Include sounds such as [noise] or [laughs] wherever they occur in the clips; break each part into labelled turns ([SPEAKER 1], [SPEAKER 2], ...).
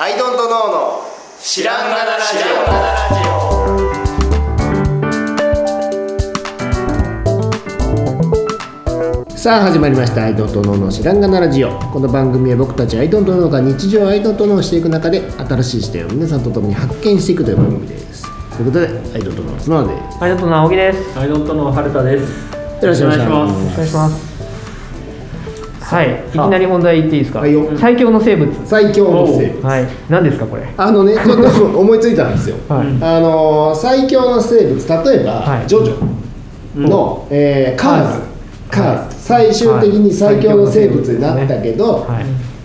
[SPEAKER 1] アイドントノーの知らんがなラジ
[SPEAKER 2] さあ始まりました「アイドントノーの知らんがなラジオ」この番組は僕たちアイドントノーが日常をアイドントノーしていく中で新しい視点を皆さんと共に発見していくという番組ですということでアイドントノーの角田で
[SPEAKER 3] はい、どうも青木です。
[SPEAKER 4] アイドントの春田です。
[SPEAKER 2] よろしくお願いし
[SPEAKER 4] お
[SPEAKER 2] ま
[SPEAKER 4] 願
[SPEAKER 3] お
[SPEAKER 2] す
[SPEAKER 3] 願いします。はい、いきなり問題言っていいですか。
[SPEAKER 2] はいよ
[SPEAKER 3] 最強の生物。
[SPEAKER 2] 最強の生物
[SPEAKER 3] はい、何ですかこれ。
[SPEAKER 2] あ [laughs] のねちょっと思いついたんですよ、
[SPEAKER 3] はい
[SPEAKER 2] あのー最強の生物例えば、
[SPEAKER 3] はい
[SPEAKER 2] ジョジョの、えーカーズ、カーズ最終的に最強の生物になったけど、
[SPEAKER 3] は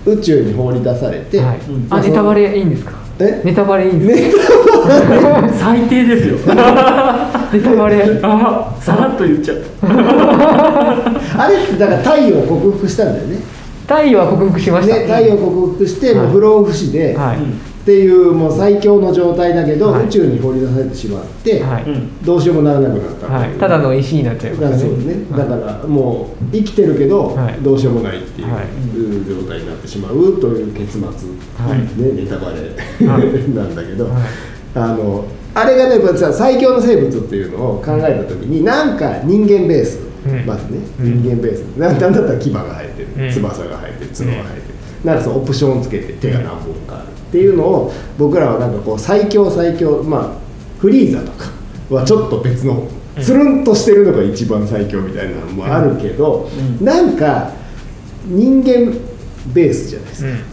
[SPEAKER 3] い。
[SPEAKER 2] 宇宙に放り出されて、
[SPEAKER 3] はい
[SPEAKER 4] うん。
[SPEAKER 3] あ、ネタバレいいんですか。
[SPEAKER 2] え
[SPEAKER 3] ネタバレいいんです
[SPEAKER 2] ね
[SPEAKER 4] 最低です
[SPEAKER 3] [laughs]
[SPEAKER 4] よ。
[SPEAKER 3] か。ネタバレ。
[SPEAKER 4] あ、さらっと言っちゃう。
[SPEAKER 2] あれってだから太陽を克服したんだよね
[SPEAKER 3] 太陽は克服しまし
[SPEAKER 2] ね、
[SPEAKER 3] た。
[SPEAKER 2] 太陽を克服して、もう不老不死で、
[SPEAKER 3] は
[SPEAKER 4] うん
[SPEAKER 3] い。
[SPEAKER 2] っていうもう最強の状態だけど、
[SPEAKER 3] はい
[SPEAKER 2] 宇宙に放り出されてしまって、
[SPEAKER 3] はい。
[SPEAKER 4] うん。
[SPEAKER 2] どうしようもならなくなった、
[SPEAKER 3] はい。ただの石になっちゃいま
[SPEAKER 2] だから
[SPEAKER 3] す
[SPEAKER 2] そう
[SPEAKER 3] ね。
[SPEAKER 2] ね、だからもう生きてるけど、
[SPEAKER 3] はい
[SPEAKER 2] どうしようもないっていう、
[SPEAKER 3] はい
[SPEAKER 2] 状態になってしまうという結末、
[SPEAKER 3] はい
[SPEAKER 2] ね、ネタバレ、[laughs]
[SPEAKER 3] は
[SPEAKER 2] なんだけど、
[SPEAKER 3] はい
[SPEAKER 2] あのあれがねこれさ最強の生物っていうのを考えた時になんか人間ベース、
[SPEAKER 3] うん
[SPEAKER 2] まずね、
[SPEAKER 3] うん
[SPEAKER 2] 人間ベースななんだったら牙が生えてる、
[SPEAKER 3] うん
[SPEAKER 2] 翼が生えてる角が生えてる、なんかそのオプションをつけて手が何本かあるっていうのを僕らはなんかこう最強最強まあフリーザとかはちょっと別のつるんとしてるのが一番最強みたいなのもあるけど、
[SPEAKER 4] うん
[SPEAKER 2] なんか人間ベースじゃないですか、
[SPEAKER 3] うん。
[SPEAKER 4] うん。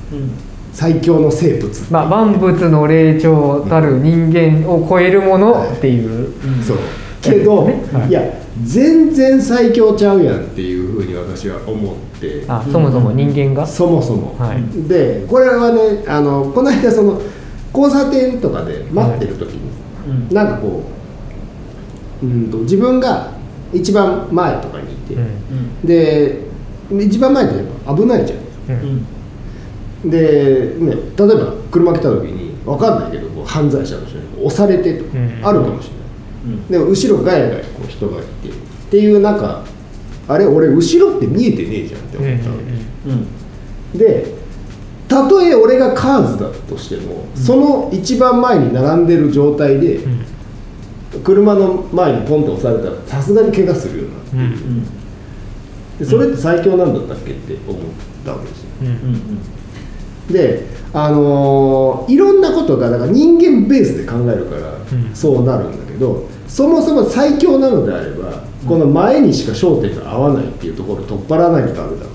[SPEAKER 2] 最強の生物
[SPEAKER 3] まあ万物の霊長たる人間を超えるものっていう。
[SPEAKER 2] そうけど、
[SPEAKER 3] はい
[SPEAKER 2] い、や全然最強ちゃうやんっていうふうに私は思って
[SPEAKER 3] あ、そもそも人間が。
[SPEAKER 2] そもそも、
[SPEAKER 3] はい
[SPEAKER 2] でこれはねあのこの間その交差点とかで待ってる時に、
[SPEAKER 4] うん。
[SPEAKER 2] なんかこううんと自分が一番前とかにいて、
[SPEAKER 3] うん。
[SPEAKER 2] で一番前ってやっぱ危ないじゃん
[SPEAKER 3] う。
[SPEAKER 4] うんん。
[SPEAKER 2] で、ね、例えば車来た時に分かんないけどこう犯罪者の人に押されてとか
[SPEAKER 3] うん
[SPEAKER 2] あるかもしれな
[SPEAKER 4] う
[SPEAKER 2] い、
[SPEAKER 4] ん。
[SPEAKER 2] でも後ろガヤガヤこう人がいてっていうなんかあれ俺後ろって見えてねえじゃんって
[SPEAKER 3] うん。う
[SPEAKER 2] 思ったわけ、
[SPEAKER 3] ん。
[SPEAKER 4] うん。
[SPEAKER 2] でたとえ俺がカーズだとしても、その一番前に並んでる状態で、
[SPEAKER 3] ん
[SPEAKER 2] 車の前にポンと押されたらさすがに怪我するよな
[SPEAKER 3] う
[SPEAKER 4] う
[SPEAKER 3] ん。
[SPEAKER 4] ん。
[SPEAKER 2] でそれって最強なんだったっけって思ったわけですよ
[SPEAKER 3] うん。
[SPEAKER 4] うん。うん。
[SPEAKER 2] であのーいろんなことがだから人間ベースで考えるから
[SPEAKER 3] うん
[SPEAKER 2] そうなるんだけど、そもそも最強なのであればこの前にしか焦点が合わないっていうところを取っ払わないとダメだ
[SPEAKER 3] うん。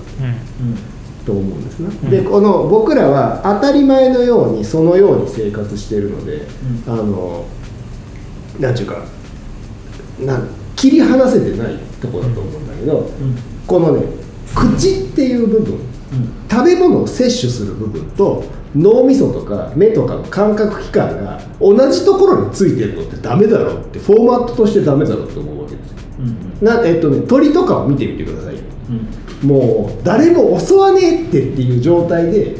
[SPEAKER 2] と思うんですね、でこの僕らは当たり前のようにそのように生活しているので、あのーなんちゅうかなん切り離せてないところだと思うんだけど、
[SPEAKER 4] うん。
[SPEAKER 2] このね口っていう部分、
[SPEAKER 4] うん。
[SPEAKER 2] 食べ物を摂取する部分と脳みそとか目とかの感覚器官が同じところについてるのってダメだろうってフォーマットとしてダメだろうって思うわけですよ
[SPEAKER 4] うん。
[SPEAKER 2] なえっとね鳥とかを見てみてくださいよ
[SPEAKER 4] うん。
[SPEAKER 2] もう誰も襲わねえってっていう状態で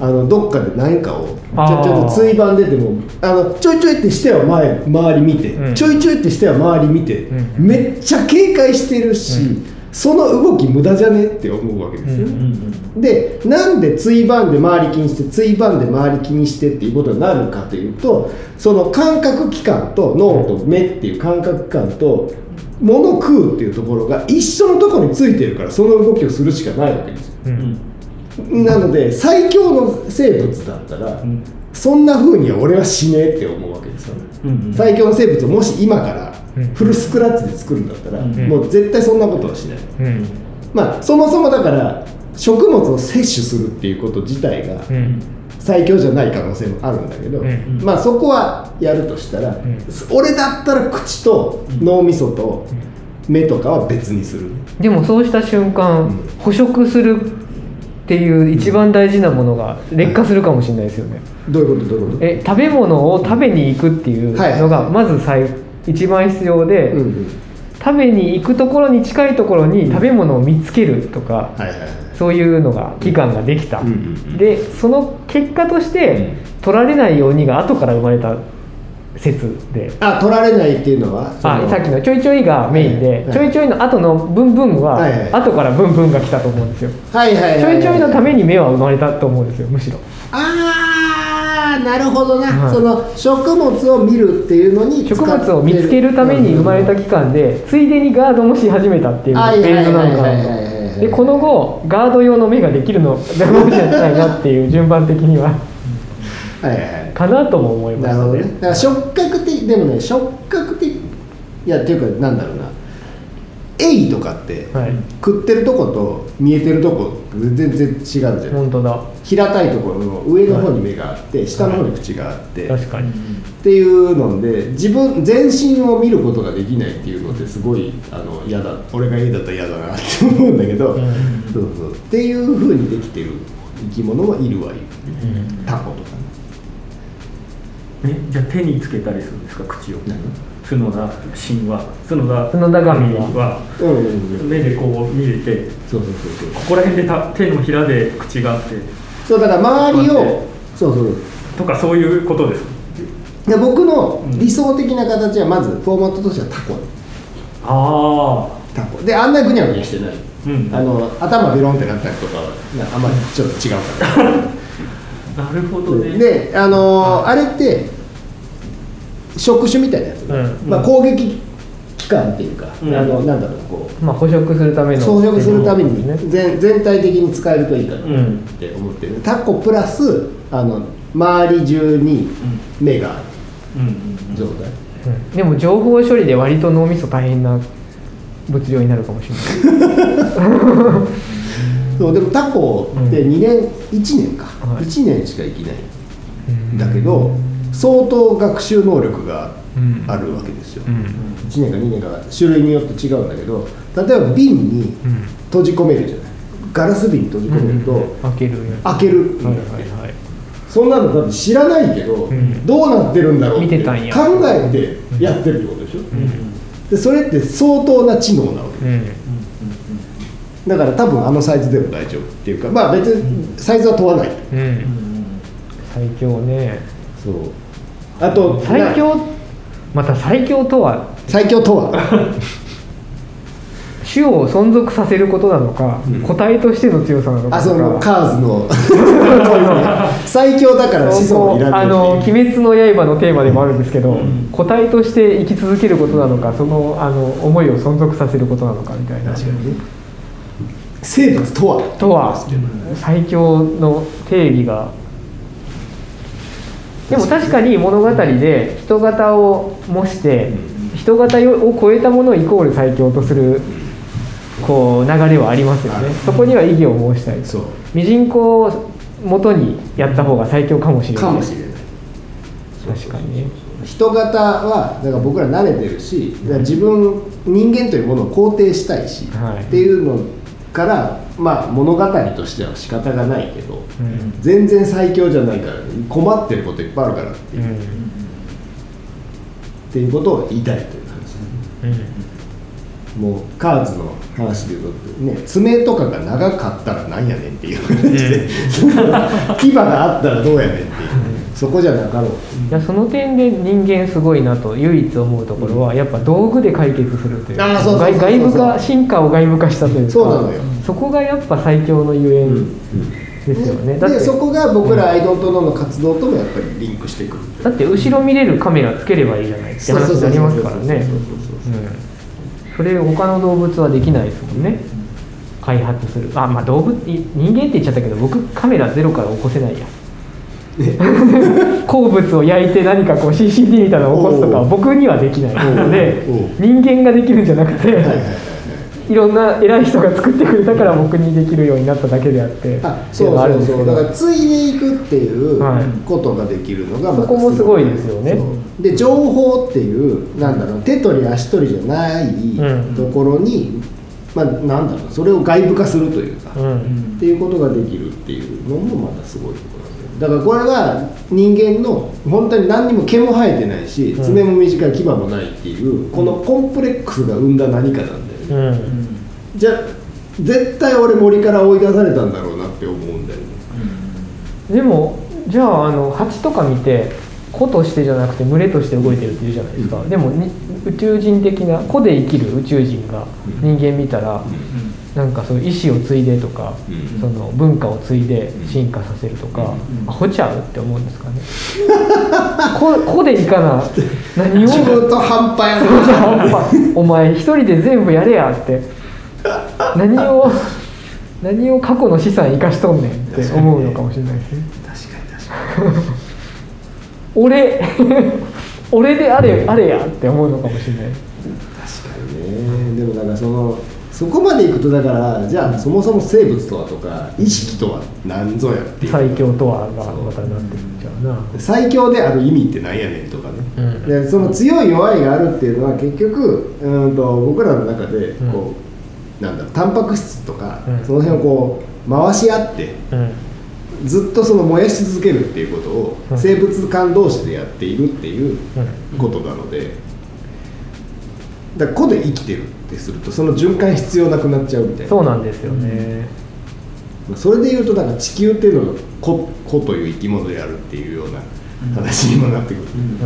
[SPEAKER 2] あのどっかで何かをちょ
[SPEAKER 3] あー
[SPEAKER 2] ちょっとついばんでてもあのちょいちょいってしては前周り見て、
[SPEAKER 3] うん
[SPEAKER 2] ちょいちょいってしては周り見て、
[SPEAKER 3] うん
[SPEAKER 2] めっちゃ警戒してるし、その動き無駄じゃねって思うわけですよね、
[SPEAKER 3] うん
[SPEAKER 4] うん。
[SPEAKER 2] でなんでついばんで周り気にしてついばんで周り気にしてっていうことになるかというとその感覚器官と脳と目っていう感覚器官と物食うっていうところが一緒のところについてるからその動きをするしかないわけですよ
[SPEAKER 3] うん。
[SPEAKER 4] うん。
[SPEAKER 2] なので最強の生物だったら
[SPEAKER 4] うん。
[SPEAKER 2] そんな風には俺は死ねえって思うわけですよね
[SPEAKER 4] うん。
[SPEAKER 2] 最強の生物をもし今から
[SPEAKER 3] うん
[SPEAKER 2] フルスクラッチで作るんだったら
[SPEAKER 4] うん
[SPEAKER 2] もう絶対そんなことはしない
[SPEAKER 3] うん。
[SPEAKER 2] まあそもそもだから食物を摂取するっていうこと自体が
[SPEAKER 3] うん。
[SPEAKER 2] 最強じゃない可能性もあるんだけど、
[SPEAKER 3] うん
[SPEAKER 2] まあそこはやるとしたら、
[SPEAKER 3] ん
[SPEAKER 2] 俺だったら口と脳みそと目とかは別にする、
[SPEAKER 3] でもそうした瞬間、
[SPEAKER 2] うん
[SPEAKER 3] 捕食するっていう一番大事なものが劣化するかもしれないですよね、
[SPEAKER 2] どういうことどういうこと
[SPEAKER 3] え食べ物を食べに行くっていう
[SPEAKER 2] はい
[SPEAKER 3] のがまず最、一番必要で、
[SPEAKER 2] うんうん
[SPEAKER 3] 食べに行くところに近いところに食べ物を見つけるとか、
[SPEAKER 2] はいはいはい
[SPEAKER 3] そういうのが期間ができた、
[SPEAKER 2] うんうんうん
[SPEAKER 3] でその結果として、取られないようにが後から生まれた説で
[SPEAKER 2] あ取られないっていうのはそ
[SPEAKER 3] あさっきのちょいちょいがメインで、
[SPEAKER 2] はいはい
[SPEAKER 3] ちょいちょいの後のブンブンは、
[SPEAKER 2] はいはい
[SPEAKER 3] 後からブンブンが来たと思うんですよ
[SPEAKER 2] はいはいは
[SPEAKER 3] ち
[SPEAKER 2] は
[SPEAKER 3] ょいちょいのために目は生まれたと思うんですよむしろ
[SPEAKER 2] あなるほどな、
[SPEAKER 3] はい
[SPEAKER 2] その食物を見るっていうのに
[SPEAKER 3] 食物を見つけるために生まれた期間でついでにガードもし始めたっていうフ
[SPEAKER 2] はいはい
[SPEAKER 3] ェ
[SPEAKER 2] は
[SPEAKER 3] ー
[SPEAKER 2] い
[SPEAKER 3] ズ
[SPEAKER 2] は
[SPEAKER 3] ないのか
[SPEAKER 2] はい
[SPEAKER 3] なと
[SPEAKER 2] はいはい
[SPEAKER 3] でこの後ガード用の目ができるのでもじゃないなっていう順番的には [laughs]
[SPEAKER 2] はいはい
[SPEAKER 3] かなとも思いま
[SPEAKER 2] なる
[SPEAKER 3] した
[SPEAKER 2] ほど
[SPEAKER 3] ね
[SPEAKER 2] ねだから触覚的でもね触覚的いやっていうかなんだろうなエイとかって、
[SPEAKER 3] はい
[SPEAKER 2] 食ってるとこと見えてるとこ全然違うじゃん
[SPEAKER 3] 本当だ
[SPEAKER 2] 平たいところの上の方に目があって、下の方に口があって、
[SPEAKER 3] 確かに
[SPEAKER 2] っていうので自分全身を見ることができないっていうのってすごいあの嫌だ俺が A だったら嫌だなって思うんだけど、そうそうっていうふうにできてる生き物はいるわいる、タコとかね
[SPEAKER 4] ね、じゃあ手につけたりするんですか口を角田神話角田
[SPEAKER 3] 角田神話
[SPEAKER 4] は
[SPEAKER 2] うんうんうん
[SPEAKER 4] 目でこう見れて
[SPEAKER 2] そうそうそうそう
[SPEAKER 4] ここら辺でた手のひらで口があって
[SPEAKER 2] そうだから周り
[SPEAKER 4] こうやっ
[SPEAKER 2] をそうそう
[SPEAKER 4] とかそういうことです
[SPEAKER 2] で僕の理想的な形はまずフォーマットとしてはタコ
[SPEAKER 4] ああ
[SPEAKER 2] タコであんなぐにゃぐにゃしてない、
[SPEAKER 4] うん
[SPEAKER 2] あの頭ベロンってなったりとかはなあんまりちょっと違うから
[SPEAKER 4] なるほどね
[SPEAKER 2] であのーあれって触手みたいなやつ、
[SPEAKER 3] うん
[SPEAKER 2] まあ、攻撃機関っていうか、
[SPEAKER 4] うん
[SPEAKER 2] あのなんだろうこう
[SPEAKER 3] まあ捕食するための
[SPEAKER 2] 装飾するため
[SPEAKER 3] ね
[SPEAKER 2] に全全体的に使えるといいかな
[SPEAKER 4] うん
[SPEAKER 2] って思ってる、タコプラスあの周り中に目があ
[SPEAKER 4] うん
[SPEAKER 2] る状態、
[SPEAKER 3] うんでも情報処理で割と脳みそ大変な物量になるかもしれない
[SPEAKER 2] そうでもタコって2年、1年か、
[SPEAKER 3] はい
[SPEAKER 2] 1年しか生きないんだけど相当学習能力が
[SPEAKER 3] うん
[SPEAKER 2] あるわけですよ、
[SPEAKER 3] うん
[SPEAKER 2] 1年か2年か種類によって違うんだけど例えば瓶に
[SPEAKER 3] うん
[SPEAKER 2] 閉じ込めるじゃないガラス瓶に閉じ込めると、
[SPEAKER 3] 開けるやつ
[SPEAKER 2] 開けるんだよね、
[SPEAKER 3] はい
[SPEAKER 2] そんなのだって知らないけど、
[SPEAKER 3] ん
[SPEAKER 2] どうなってるんだろうっ
[SPEAKER 3] 見てたんや
[SPEAKER 2] 考えてやってるってことでしょ、でそれって相当な知能なわけ
[SPEAKER 3] うん
[SPEAKER 2] だから多分あのサイズでも大丈夫っていうかまあ別にサイズは問わない、
[SPEAKER 3] うん最強ね
[SPEAKER 2] そうあと
[SPEAKER 3] 最
[SPEAKER 2] な
[SPEAKER 3] 強また最強とは
[SPEAKER 2] 最強と
[SPEAKER 3] [laughs]
[SPEAKER 2] は
[SPEAKER 3] 種を存続させることなのか、個体としての強さなのか
[SPEAKER 2] あその
[SPEAKER 3] と
[SPEAKER 2] カ
[SPEAKER 3] か
[SPEAKER 2] ーズのこ
[SPEAKER 3] [laughs]
[SPEAKER 2] ういうのね最強だから子孫をいら
[SPEAKER 3] あ
[SPEAKER 2] ない
[SPEAKER 3] の「
[SPEAKER 2] って
[SPEAKER 3] 鬼
[SPEAKER 2] いう
[SPEAKER 3] 滅の刃」のテーマでもあるんですけど、
[SPEAKER 4] うん
[SPEAKER 3] 個体として生き続けることなのかそのあの思いを存続させることなのかみたいな
[SPEAKER 2] 生物とは
[SPEAKER 3] とは最強の定義がでも確かに物語で人型を模して人型を超えたものをイコール最強とするこう流れはありますよねそこには異議を申したい
[SPEAKER 2] そう
[SPEAKER 3] ミジンコを元にやった方が最強かもしれない
[SPEAKER 2] かもしれない
[SPEAKER 3] 確かにね
[SPEAKER 2] 人型はだから僕ら慣れてるしだから自分人間というものを肯定したいし、
[SPEAKER 3] はい
[SPEAKER 2] っていうのからまあ物語としては仕方がないけど、
[SPEAKER 3] うん
[SPEAKER 2] 全然最強じゃないから困ってることいっぱいあるからっていう,、
[SPEAKER 3] うん
[SPEAKER 2] っていうことを言いたいという話ですねもうカーズの話で言うと、ね、爪とかが長かったらなんやねんっていう話で、 [laughs] 牙があったらどうやねんっていう、そこじゃなかろう
[SPEAKER 3] いやその点で人間すごいなと唯一思うところはやっぱ道具で解決するという
[SPEAKER 2] あーそうそうそうそう
[SPEAKER 3] 外外部化進化を外部化したというか
[SPEAKER 2] そうなのよ
[SPEAKER 3] そこがやっぱ最強のゆえんですよね、だっ
[SPEAKER 2] で
[SPEAKER 3] て
[SPEAKER 2] そこが僕らアイドントノーの活動ともやっぱりリンクしてくる
[SPEAKER 3] だって後ろ見れるカメラつければいいじゃないって話になりますからね
[SPEAKER 2] そうそうそうそうそう
[SPEAKER 3] うんそれ他の動物はできないですもんね開発するあまあ動物い人間って言っちゃったけど僕カメラゼロから起こせないや [laughs] 鉱物を焼いて何かこう CCD みたいなのを起こすとかは
[SPEAKER 2] おう
[SPEAKER 3] 僕にはできないので
[SPEAKER 2] おう
[SPEAKER 3] 人間ができるんじゃなくて
[SPEAKER 2] はいはいはい
[SPEAKER 3] いろんな偉い人が作ってくれたから僕にできるようになっただけであって
[SPEAKER 2] あ
[SPEAKER 3] ってい
[SPEAKER 2] そう
[SPEAKER 3] の
[SPEAKER 2] う
[SPEAKER 3] はあるん
[SPEAKER 2] そうそ
[SPEAKER 3] ですけ
[SPEAKER 2] う
[SPEAKER 3] ど
[SPEAKER 2] だからついでいくっていう
[SPEAKER 3] はい
[SPEAKER 2] ことができるのが
[SPEAKER 3] そこもすごいですよね
[SPEAKER 2] そうで情報っていうなんだろう手取り足取りじゃない
[SPEAKER 3] うん
[SPEAKER 2] ところに、まあなんだろうそれを外部化するというか、
[SPEAKER 3] う
[SPEAKER 4] うん
[SPEAKER 2] っていうことができるっていうのもまたすごいところなんだよだからこれが人間の本当に何にも毛も生えてないし
[SPEAKER 3] うん
[SPEAKER 2] 爪も短い牙もないっていうこのコンプレックスが生んだ何かなんだよね、
[SPEAKER 3] うん、
[SPEAKER 2] じゃあ絶対俺森から追い出されたんだろうなって思うんだよね
[SPEAKER 3] でもじゃああの蜂とか見て個としてじゃなくて群れとして動いてるっていうじゃないですか、でもに宇宙人的な個で生きる宇宙人が人間見たら、なんかその意思を継いでとか、
[SPEAKER 1] うん
[SPEAKER 3] その文化を継いで進化させるとか、
[SPEAKER 4] うん
[SPEAKER 3] アホちゃうって思うんですかね [laughs] ここでいかな何を
[SPEAKER 2] 自分と半端や
[SPEAKER 3] そう
[SPEAKER 2] な
[SPEAKER 3] そうほんま [laughs] お前一人で全部やれやって何を何を過去の資産生かしとんねんって思うのかもしれないですね
[SPEAKER 1] 確かに確か
[SPEAKER 3] 俺 [laughs] 俺であれあれやって思うのかもしれない
[SPEAKER 2] 確かにねでもなんかそのそこまでいくとだからじゃあそもそも生物とはとか意識とは何ぞやっていう
[SPEAKER 3] 最強とはがまたなってきちゃうな
[SPEAKER 2] 最強である意味ってなんやねんとかね、
[SPEAKER 3] うん
[SPEAKER 2] でその強い弱いがあるっていうのは結局うーんと僕らの中でこう、なんだろうタンパク質とか、
[SPEAKER 3] うん
[SPEAKER 2] その辺をこう回し合って
[SPEAKER 3] うん
[SPEAKER 2] ずっとその燃やし続けるっていうことを、
[SPEAKER 3] うん
[SPEAKER 2] 生物間同士でやっているっていうことなので、だから個で生きてるってするとその循環必要なくなっちゃうみたいな
[SPEAKER 3] そうなんですよね、
[SPEAKER 2] まあそれでいうとだから地球っていうのが個個という生き物であるっていうような話にもなってくる、
[SPEAKER 3] うん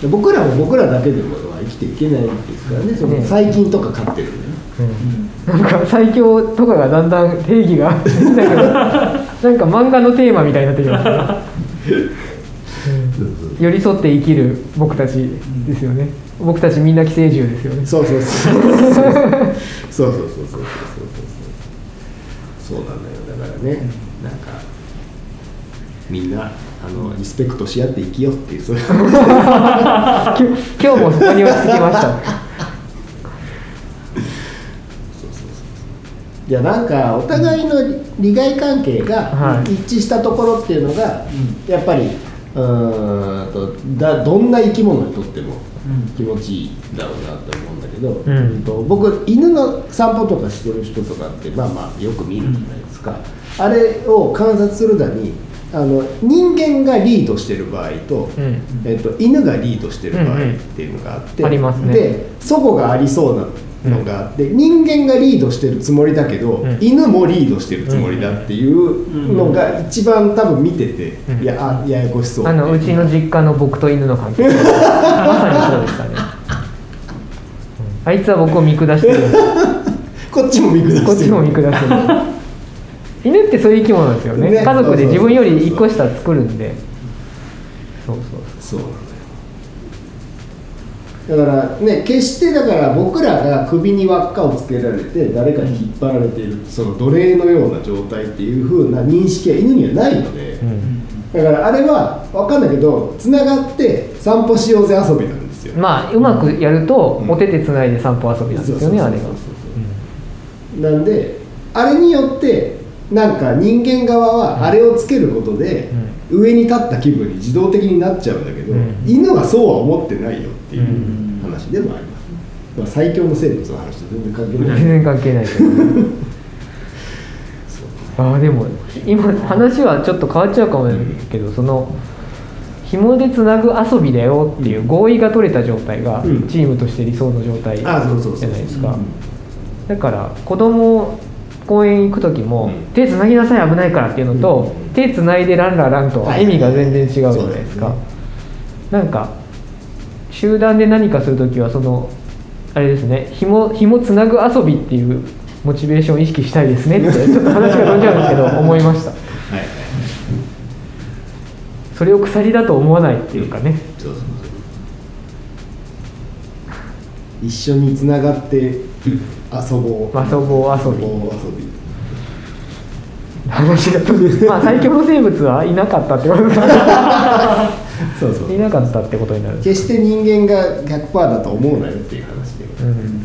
[SPEAKER 2] で僕らも僕らだけでも生きていけないですからねその
[SPEAKER 3] ね
[SPEAKER 2] 細菌とか飼ってるんでね
[SPEAKER 3] なんか最強とかがだんだん定義がなんかなんか漫画のテーマみたいになってきますね、 [laughs] うん寄り添って生きる僕たちですよね僕たちみんな寄生獣ですよね
[SPEAKER 2] そうそうそうそうそうそうそうそうそうそうそうそうなんだよだからねなんかみんなあのリスペクトし合って生きようっていうそういう
[SPEAKER 3] き今日もそこに落ち着き
[SPEAKER 2] [laughs]
[SPEAKER 3] ました
[SPEAKER 2] いやなんかお互いの利害関係が
[SPEAKER 3] はい
[SPEAKER 2] 一致したところっていうのが、やっぱりうーんとだどんな生き物にとっても気持ちいいだろうなって思うんだけど、
[SPEAKER 3] ん
[SPEAKER 2] と僕犬の散歩とかしてる人とかってまあまあよく見るじゃないですか、あれを観察するだにあの人間がリードしてる場合と,、
[SPEAKER 3] うん
[SPEAKER 2] えっと犬がリードしてる場合っていうのがあって、
[SPEAKER 3] うんうんありますね
[SPEAKER 2] でそこがありそうなのがあって、人間がリードしてるつもりだけど、
[SPEAKER 3] うん
[SPEAKER 2] 犬もリードしてるつもりだっていうのが一番多分見てて、
[SPEAKER 3] うん
[SPEAKER 2] いやあややこしそう
[SPEAKER 3] あのうちの実家の僕と犬
[SPEAKER 2] [laughs]
[SPEAKER 3] の関係まさにそうでしたねうんあいつは僕を見下してる
[SPEAKER 2] [laughs] こっちも見下してる
[SPEAKER 3] こっちも見下してる犬ってそういう生き物ですよね
[SPEAKER 2] ね
[SPEAKER 3] 家族で自分より1個下作るんでそう
[SPEAKER 2] そ
[SPEAKER 3] そう
[SPEAKER 2] うなんだよだからね決してだから僕らが首に輪っかをつけられて誰かに引っ張られているその奴隷のような状態っていう風な認識は犬にはないので、
[SPEAKER 3] そう、うん
[SPEAKER 2] だからあれは分かんないけどつながって散歩しようぜ遊びなんですよ
[SPEAKER 3] まあうまくやると、
[SPEAKER 2] うん
[SPEAKER 3] お手手つないで散歩遊びなんですよねあれが
[SPEAKER 2] そうそうそうそうなんであれによってなんか人間側はあれをつけることで、上に立った気分に自動的になっちゃうんだけど、
[SPEAKER 3] うん
[SPEAKER 2] 犬はそうは思ってないよっていうう話でもあります、まあ、最強の生物の話と全然関係
[SPEAKER 3] 全
[SPEAKER 2] ない、
[SPEAKER 3] 然関係ないけ [laughs] どああでも今話はちょっと変わっちゃうかもだけど、その紐でつなぐ遊びだよっていう合意が取れた状態が
[SPEAKER 2] うん
[SPEAKER 3] チームとして理想の状態じゃ
[SPEAKER 2] あ
[SPEAKER 3] な
[SPEAKER 2] そ
[SPEAKER 3] いう
[SPEAKER 2] そうそうそう
[SPEAKER 3] ですかだから子供公園行く時も、
[SPEAKER 2] うん
[SPEAKER 3] 手つなぎなさい危ないからっていうのと、
[SPEAKER 2] うん
[SPEAKER 3] 手つないでランラランとは
[SPEAKER 2] はい
[SPEAKER 3] 意味が全然違うじゃないですか、
[SPEAKER 2] そう
[SPEAKER 3] なんか集団で何かする時はそのあれですね紐紐つなぐ遊びっていうモチベーションを意識したいで
[SPEAKER 2] [laughs]
[SPEAKER 3] すねってちょっと話が飛んじゃうんですけど思いました
[SPEAKER 2] はいはい
[SPEAKER 3] それを鎖だと思わないっていうかね、
[SPEAKER 2] そうそうそう一緒につながって遊ぼう
[SPEAKER 3] 遊ぼう遊び
[SPEAKER 2] 遊ぼう遊び
[SPEAKER 3] 話が飛んでまあ最強の生物はいなかったってことですか
[SPEAKER 2] そうそう
[SPEAKER 3] いなかったってことになるんです
[SPEAKER 2] 決して人間が100%だと思うなよっていう話で、
[SPEAKER 3] うん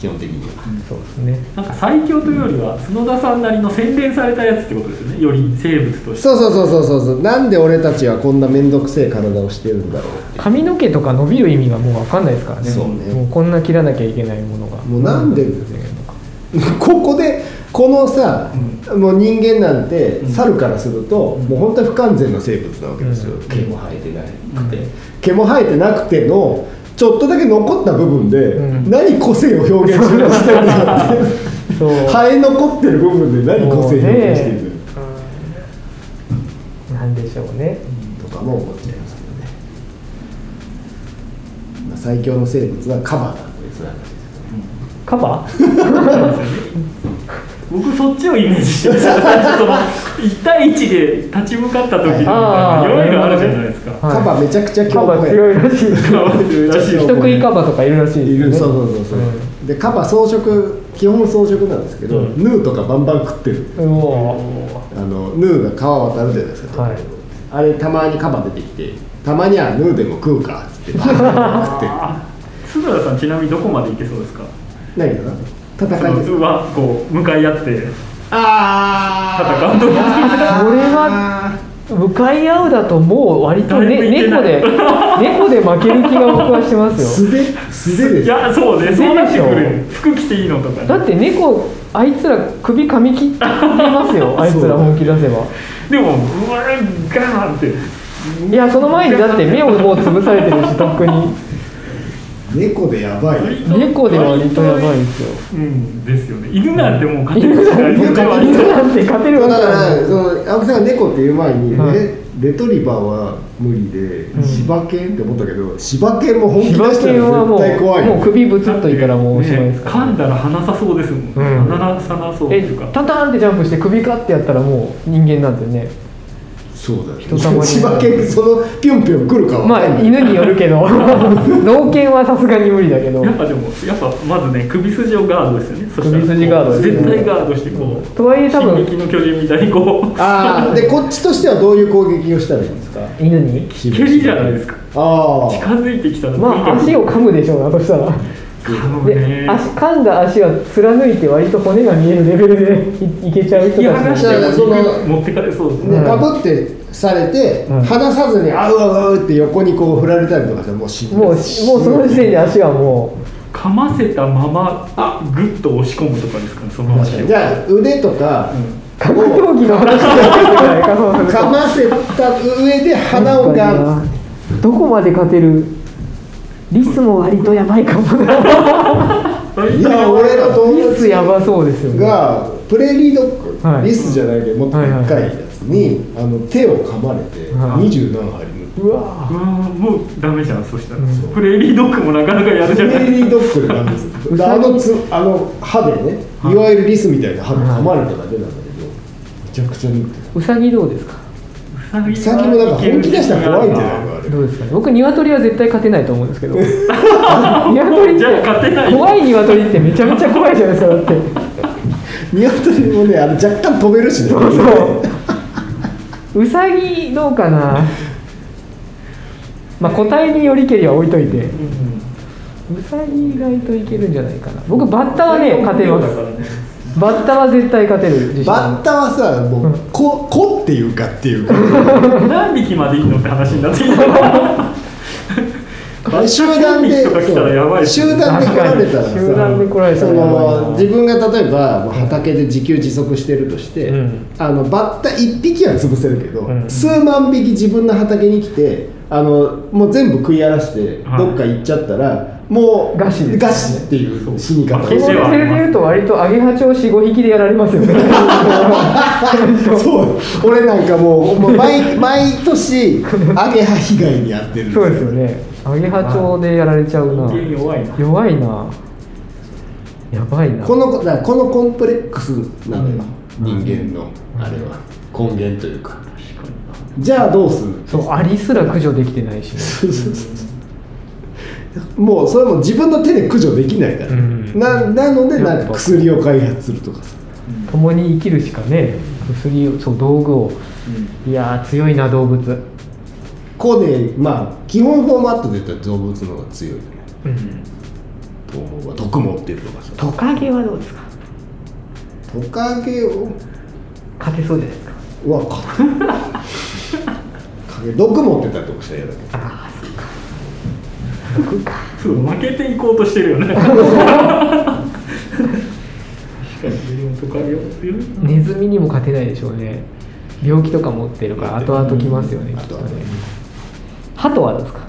[SPEAKER 2] 基本的には、
[SPEAKER 3] そうですね
[SPEAKER 4] なんか最強というよりは角田さんなりの洗練されたやつってことですよねより生物として
[SPEAKER 2] そうそうそうそうそうそうなんで俺たちはこんな面倒くせえ体をしてるんだろう
[SPEAKER 3] 髪の毛とか伸びる意味がもう分かんないですからね
[SPEAKER 2] そうね
[SPEAKER 3] もうこんな切らなきゃいけないものが
[SPEAKER 2] もうなんで
[SPEAKER 3] いけないのか
[SPEAKER 2] ここでこのさ、もう人間なんて
[SPEAKER 4] ん
[SPEAKER 2] 猿からすると、もう本当は不完全な生物なわけですよ、
[SPEAKER 3] うん
[SPEAKER 2] 毛も生えてなくて、毛も生えてなくてのちょっとだけ残った部分で、
[SPEAKER 3] うん
[SPEAKER 2] 何個性を表現しようとしてるんだって
[SPEAKER 3] [laughs] そう
[SPEAKER 2] 生え残ってる部分で何個性を表現してるんだよ
[SPEAKER 3] なんでししょうね
[SPEAKER 2] とかも思っちゃいますけどね、まあ、最強の生物はカバなんでそういう話です
[SPEAKER 4] カバー僕そっちをイメージしてましたその1対1で立ち向かった時の
[SPEAKER 3] あー
[SPEAKER 4] 弱いのあるじゃないですか
[SPEAKER 3] はい
[SPEAKER 2] カバめちゃくちゃ
[SPEAKER 3] カ
[SPEAKER 2] 強
[SPEAKER 3] バ
[SPEAKER 2] 固や
[SPEAKER 3] 強いらしい
[SPEAKER 4] カバー強いらしい
[SPEAKER 3] 人食いカバとかいるらしい
[SPEAKER 2] い
[SPEAKER 3] で
[SPEAKER 2] る
[SPEAKER 3] す
[SPEAKER 2] そ
[SPEAKER 3] よ
[SPEAKER 2] う
[SPEAKER 3] ね
[SPEAKER 2] そうそうそう、でカバ装飾基本装飾なんですけど、
[SPEAKER 4] うん
[SPEAKER 2] ヌーとかバンバン食ってる
[SPEAKER 3] うお
[SPEAKER 2] あのヌーが川渡るじゃないですか、
[SPEAKER 3] はい
[SPEAKER 2] あれたまにカバ出てきてたまにはヌーでも食うかっつってバーッ食ってる
[SPEAKER 4] あー津村さんちなみにどこまでいけそうですか
[SPEAKER 2] 何かな戦いです
[SPEAKER 4] そのうわこう向かい合って
[SPEAKER 2] あ
[SPEAKER 4] 戦うとこ
[SPEAKER 3] ーこれは向かい合うだともう割と、
[SPEAKER 4] だいぶ
[SPEAKER 3] ね、
[SPEAKER 4] いけ
[SPEAKER 3] 猫
[SPEAKER 4] ない
[SPEAKER 3] で猫
[SPEAKER 4] [laughs]
[SPEAKER 3] で負ける気が僕はしてますよ
[SPEAKER 2] 素手素手で
[SPEAKER 4] い
[SPEAKER 2] す
[SPEAKER 4] やそうね
[SPEAKER 3] 全然でしょ
[SPEAKER 4] そうなってくる服着ていいのとかね
[SPEAKER 3] だって猫あいつら首噛み切ってますよあいつら本気出せば
[SPEAKER 4] でもうわガーンって
[SPEAKER 3] いやその前にだって目をもう潰されてるしとっくに
[SPEAKER 2] 猫でやばいよ
[SPEAKER 3] 猫で割とやばいですよ
[SPEAKER 4] うんですよね犬なんてもう勝て
[SPEAKER 3] 犬
[SPEAKER 4] るしない
[SPEAKER 2] 犬
[SPEAKER 4] 僕は割
[SPEAKER 2] 犬
[SPEAKER 4] と
[SPEAKER 3] なんて勝てる
[SPEAKER 2] だ
[SPEAKER 3] わけ
[SPEAKER 2] か
[SPEAKER 3] ない
[SPEAKER 2] らその青木さんが猫っていう前に、
[SPEAKER 3] はい
[SPEAKER 2] えレトリバーは無理で、
[SPEAKER 3] ん
[SPEAKER 2] 柴犬って思ったけど柴犬も本気出
[SPEAKER 3] 柴
[SPEAKER 2] した
[SPEAKER 3] 犬は
[SPEAKER 2] ら
[SPEAKER 3] も
[SPEAKER 2] 絶対怖
[SPEAKER 3] う
[SPEAKER 2] いよ
[SPEAKER 3] もう首ぶつっといたらもうおしまいですか
[SPEAKER 4] 噛
[SPEAKER 3] ら、
[SPEAKER 4] んだら離さそうですもん、ね
[SPEAKER 3] うん
[SPEAKER 4] 離さなそうって
[SPEAKER 3] え
[SPEAKER 4] いうか
[SPEAKER 3] タタンってジャンプして首かってやったらもう人間なんてね
[SPEAKER 2] そうだ
[SPEAKER 3] 人様
[SPEAKER 2] よ
[SPEAKER 3] に
[SPEAKER 2] 柴犬そのピョンピョン来るかは
[SPEAKER 3] まあ犬によるけ [laughs] ど農犬はさすがに無理だけど
[SPEAKER 4] やっぱでもやっぱまずね首筋をガードですよねそしたら
[SPEAKER 3] 首筋ガードですね
[SPEAKER 4] 絶対ガードしてこう、
[SPEAKER 3] とはいえ多
[SPEAKER 4] 進
[SPEAKER 3] 分
[SPEAKER 4] 撃の巨人みたいにこ
[SPEAKER 2] [laughs]
[SPEAKER 4] う
[SPEAKER 2] ああでこっちとしてはどういう攻撃をしたらいいんですか
[SPEAKER 3] 犬に
[SPEAKER 4] 蹴りじゃないですか
[SPEAKER 2] あ
[SPEAKER 4] 近
[SPEAKER 2] あ
[SPEAKER 4] づいてきたら
[SPEAKER 3] まあ足を噛むでしょうなそしたら
[SPEAKER 4] 噛むね
[SPEAKER 3] で足噛んだ足は貫いて割と骨が見えるレベルでい [laughs] いけちゃう
[SPEAKER 4] 引き
[SPEAKER 3] 人た
[SPEAKER 4] 離
[SPEAKER 3] ち
[SPEAKER 4] し
[SPEAKER 2] いや
[SPEAKER 4] て
[SPEAKER 2] その
[SPEAKER 4] も持ってかれそうですね
[SPEAKER 2] でパブってされて、
[SPEAKER 3] うん
[SPEAKER 2] 離さずにあうあうあうって横にこう振られたりとかしたらもう死ぬ
[SPEAKER 3] もうもうその時点で足はも
[SPEAKER 4] 噛ませたままグッと押し込むとかですかねその足を
[SPEAKER 2] じゃあ腕とか、
[SPEAKER 3] う格闘技の話になってるんじゃないかそうすると
[SPEAKER 2] 噛ませた上で鼻をガン
[SPEAKER 3] どこまで勝てるリスも割とやばいかも
[SPEAKER 2] いや俺の友
[SPEAKER 3] リス
[SPEAKER 2] 達
[SPEAKER 3] やばそうですよね
[SPEAKER 2] がプレーリードッグ、
[SPEAKER 3] はい
[SPEAKER 2] リスじゃないけどもっとでっかいやつに、あの手を噛まれて
[SPEAKER 3] はい
[SPEAKER 2] 二十何針縫って
[SPEAKER 3] う
[SPEAKER 4] う
[SPEAKER 3] わ
[SPEAKER 4] わーもうダメじゃんそしたら、
[SPEAKER 3] うん
[SPEAKER 4] プレーリードッグもなかなかやるじ
[SPEAKER 2] プ
[SPEAKER 4] ゃ
[SPEAKER 2] レ
[SPEAKER 4] な
[SPEAKER 2] ー
[SPEAKER 4] い
[SPEAKER 2] リードッグなんですよ
[SPEAKER 3] う
[SPEAKER 2] で
[SPEAKER 3] さ
[SPEAKER 2] あ
[SPEAKER 3] ぎ
[SPEAKER 2] のつあの歯でねいわゆるリスみたいな歯で噛まれただけなんだけどめちゃくちゃ縫ってる
[SPEAKER 3] ウサギどうですか
[SPEAKER 4] ウ
[SPEAKER 2] 最近もなんか本気出したら怖いんじゃないのあれ
[SPEAKER 3] どうですかね僕鶏は絶対勝てないと思うんですけど鶏
[SPEAKER 4] じゃあ
[SPEAKER 3] [laughs] っ
[SPEAKER 4] 勝てな
[SPEAKER 3] て
[SPEAKER 4] い
[SPEAKER 3] 怖い鶏ってめちゃめちゃ怖いじゃないですかだって
[SPEAKER 2] ニワトリもねあの若干飛べるしね
[SPEAKER 3] そうそうウサギどうかなまあ個体によりけりは置いといてウサギ意外といけるんじゃないかな僕バッタはね勝てますバッタは絶対勝てる自信ある
[SPEAKER 2] バッタはさもうここっていうかっていうか
[SPEAKER 4] 何匹までいいのって話になってきた
[SPEAKER 2] あれ集団で
[SPEAKER 4] バッタ3匹とか来たらやばいです
[SPEAKER 2] 集
[SPEAKER 4] ね
[SPEAKER 2] 団で来られたらさ
[SPEAKER 3] 集団で来られたら
[SPEAKER 2] そ
[SPEAKER 3] やばいな
[SPEAKER 2] の自分が例えば畑で自給自足してるとして、
[SPEAKER 3] うん
[SPEAKER 2] あのバッタ1匹は潰せるけど、
[SPEAKER 3] ん
[SPEAKER 2] 数万匹自分の畑に来てあのもう全部食い荒らして
[SPEAKER 4] はい
[SPEAKER 2] どっか行っちゃったらもう
[SPEAKER 3] 餓死です
[SPEAKER 2] 餓死っていう死に方
[SPEAKER 3] このレベルで言うと割とアゲハチョウ45匹でやられ [laughs] ますよね
[SPEAKER 2] [laughs] そう俺なんかもうもう
[SPEAKER 3] [laughs]
[SPEAKER 2] 毎毎年アゲハ被害に遭ってるん
[SPEAKER 3] そうですよねアゲハチョウでやられちゃうな
[SPEAKER 4] 人間弱いな
[SPEAKER 3] 弱いなやばいな
[SPEAKER 2] このだからこのコンプレックスなのよ、人間のあれは根源というかじゃあどうする
[SPEAKER 3] そうアリすら駆除できてないし、ね、
[SPEAKER 2] もうそれも自分の手で駆除できないから、
[SPEAKER 3] うん
[SPEAKER 2] ななのでな
[SPEAKER 3] や
[SPEAKER 2] ん
[SPEAKER 3] っ
[SPEAKER 2] か
[SPEAKER 3] ぱ
[SPEAKER 2] 薬を開発するとかさ
[SPEAKER 3] 共に生きるしかね薬をそう道具をいやー強いな動物
[SPEAKER 2] こうでまあ基本フォーマットで言ったら動物の方が強いよね
[SPEAKER 3] うん
[SPEAKER 2] と思うわ毒持ってるとかさ
[SPEAKER 3] トカゲはどうですか
[SPEAKER 2] トカゲを
[SPEAKER 3] 勝てそうじゃないですか
[SPEAKER 2] うわ勝てト
[SPEAKER 3] [laughs]
[SPEAKER 2] カゲ毒持ってたらどうしたら嫌だけど
[SPEAKER 3] ああ
[SPEAKER 4] そう負けていこうとしてるよね [laughs] 確かにでもトカゲは強いな
[SPEAKER 3] ネズミにも勝てないでしょうね病気とか持ってるから後々きますよねきっ
[SPEAKER 2] あと
[SPEAKER 3] と
[SPEAKER 2] はね
[SPEAKER 3] ねハトはどうですか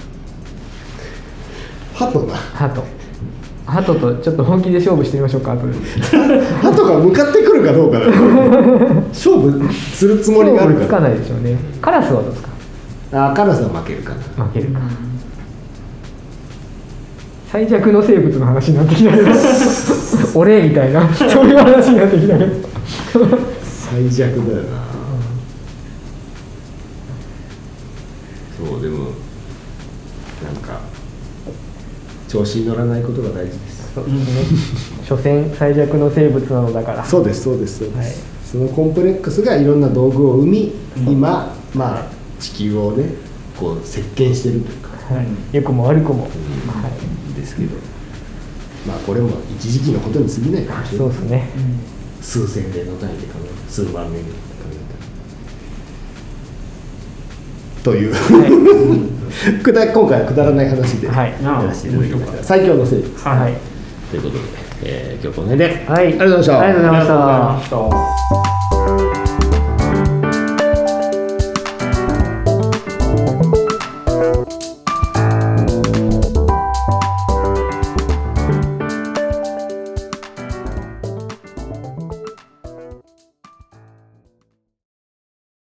[SPEAKER 2] ハトな
[SPEAKER 3] ハト鳩とちょっと本気で勝負してみましょうか後で
[SPEAKER 2] 歯とか向かってくるかどうかだよ勝負するつもりがある
[SPEAKER 3] 勝負
[SPEAKER 2] か
[SPEAKER 3] つからないでしょうねカラスはどうですか
[SPEAKER 2] あーカラスは負けるかな
[SPEAKER 3] 負けるか最弱の生物の話になってきた
[SPEAKER 2] [laughs]
[SPEAKER 3] けど俺みたいなそういう話になってきたけど
[SPEAKER 2] 最弱だよな、そうでもなんか調子に乗らないことが大事です
[SPEAKER 3] そうですね所詮最弱の生物なのだから
[SPEAKER 2] そうですそうですそうで
[SPEAKER 3] はい
[SPEAKER 2] す、そのコンプレックスがいろんな道具を生み、今まあ地球をねこう席巻してるというか
[SPEAKER 3] はい良くも悪くも、はい
[SPEAKER 2] ですけどまあこれも一時期のことに過ぎないかもしれな
[SPEAKER 3] そ
[SPEAKER 2] いう
[SPEAKER 3] ですね
[SPEAKER 2] 数千年の単位で考えた数万年で考えたという、くだ今回はくだらない話で
[SPEAKER 3] は
[SPEAKER 2] や
[SPEAKER 3] い
[SPEAKER 2] らせていただきまし
[SPEAKER 4] 面
[SPEAKER 2] た、
[SPEAKER 4] 白かった
[SPEAKER 2] 最強のせい
[SPEAKER 3] はい
[SPEAKER 2] ということで、えー今日この辺で、
[SPEAKER 3] はい
[SPEAKER 2] ありがとうございました
[SPEAKER 3] ありがとうございました
[SPEAKER 4] ありがとうございました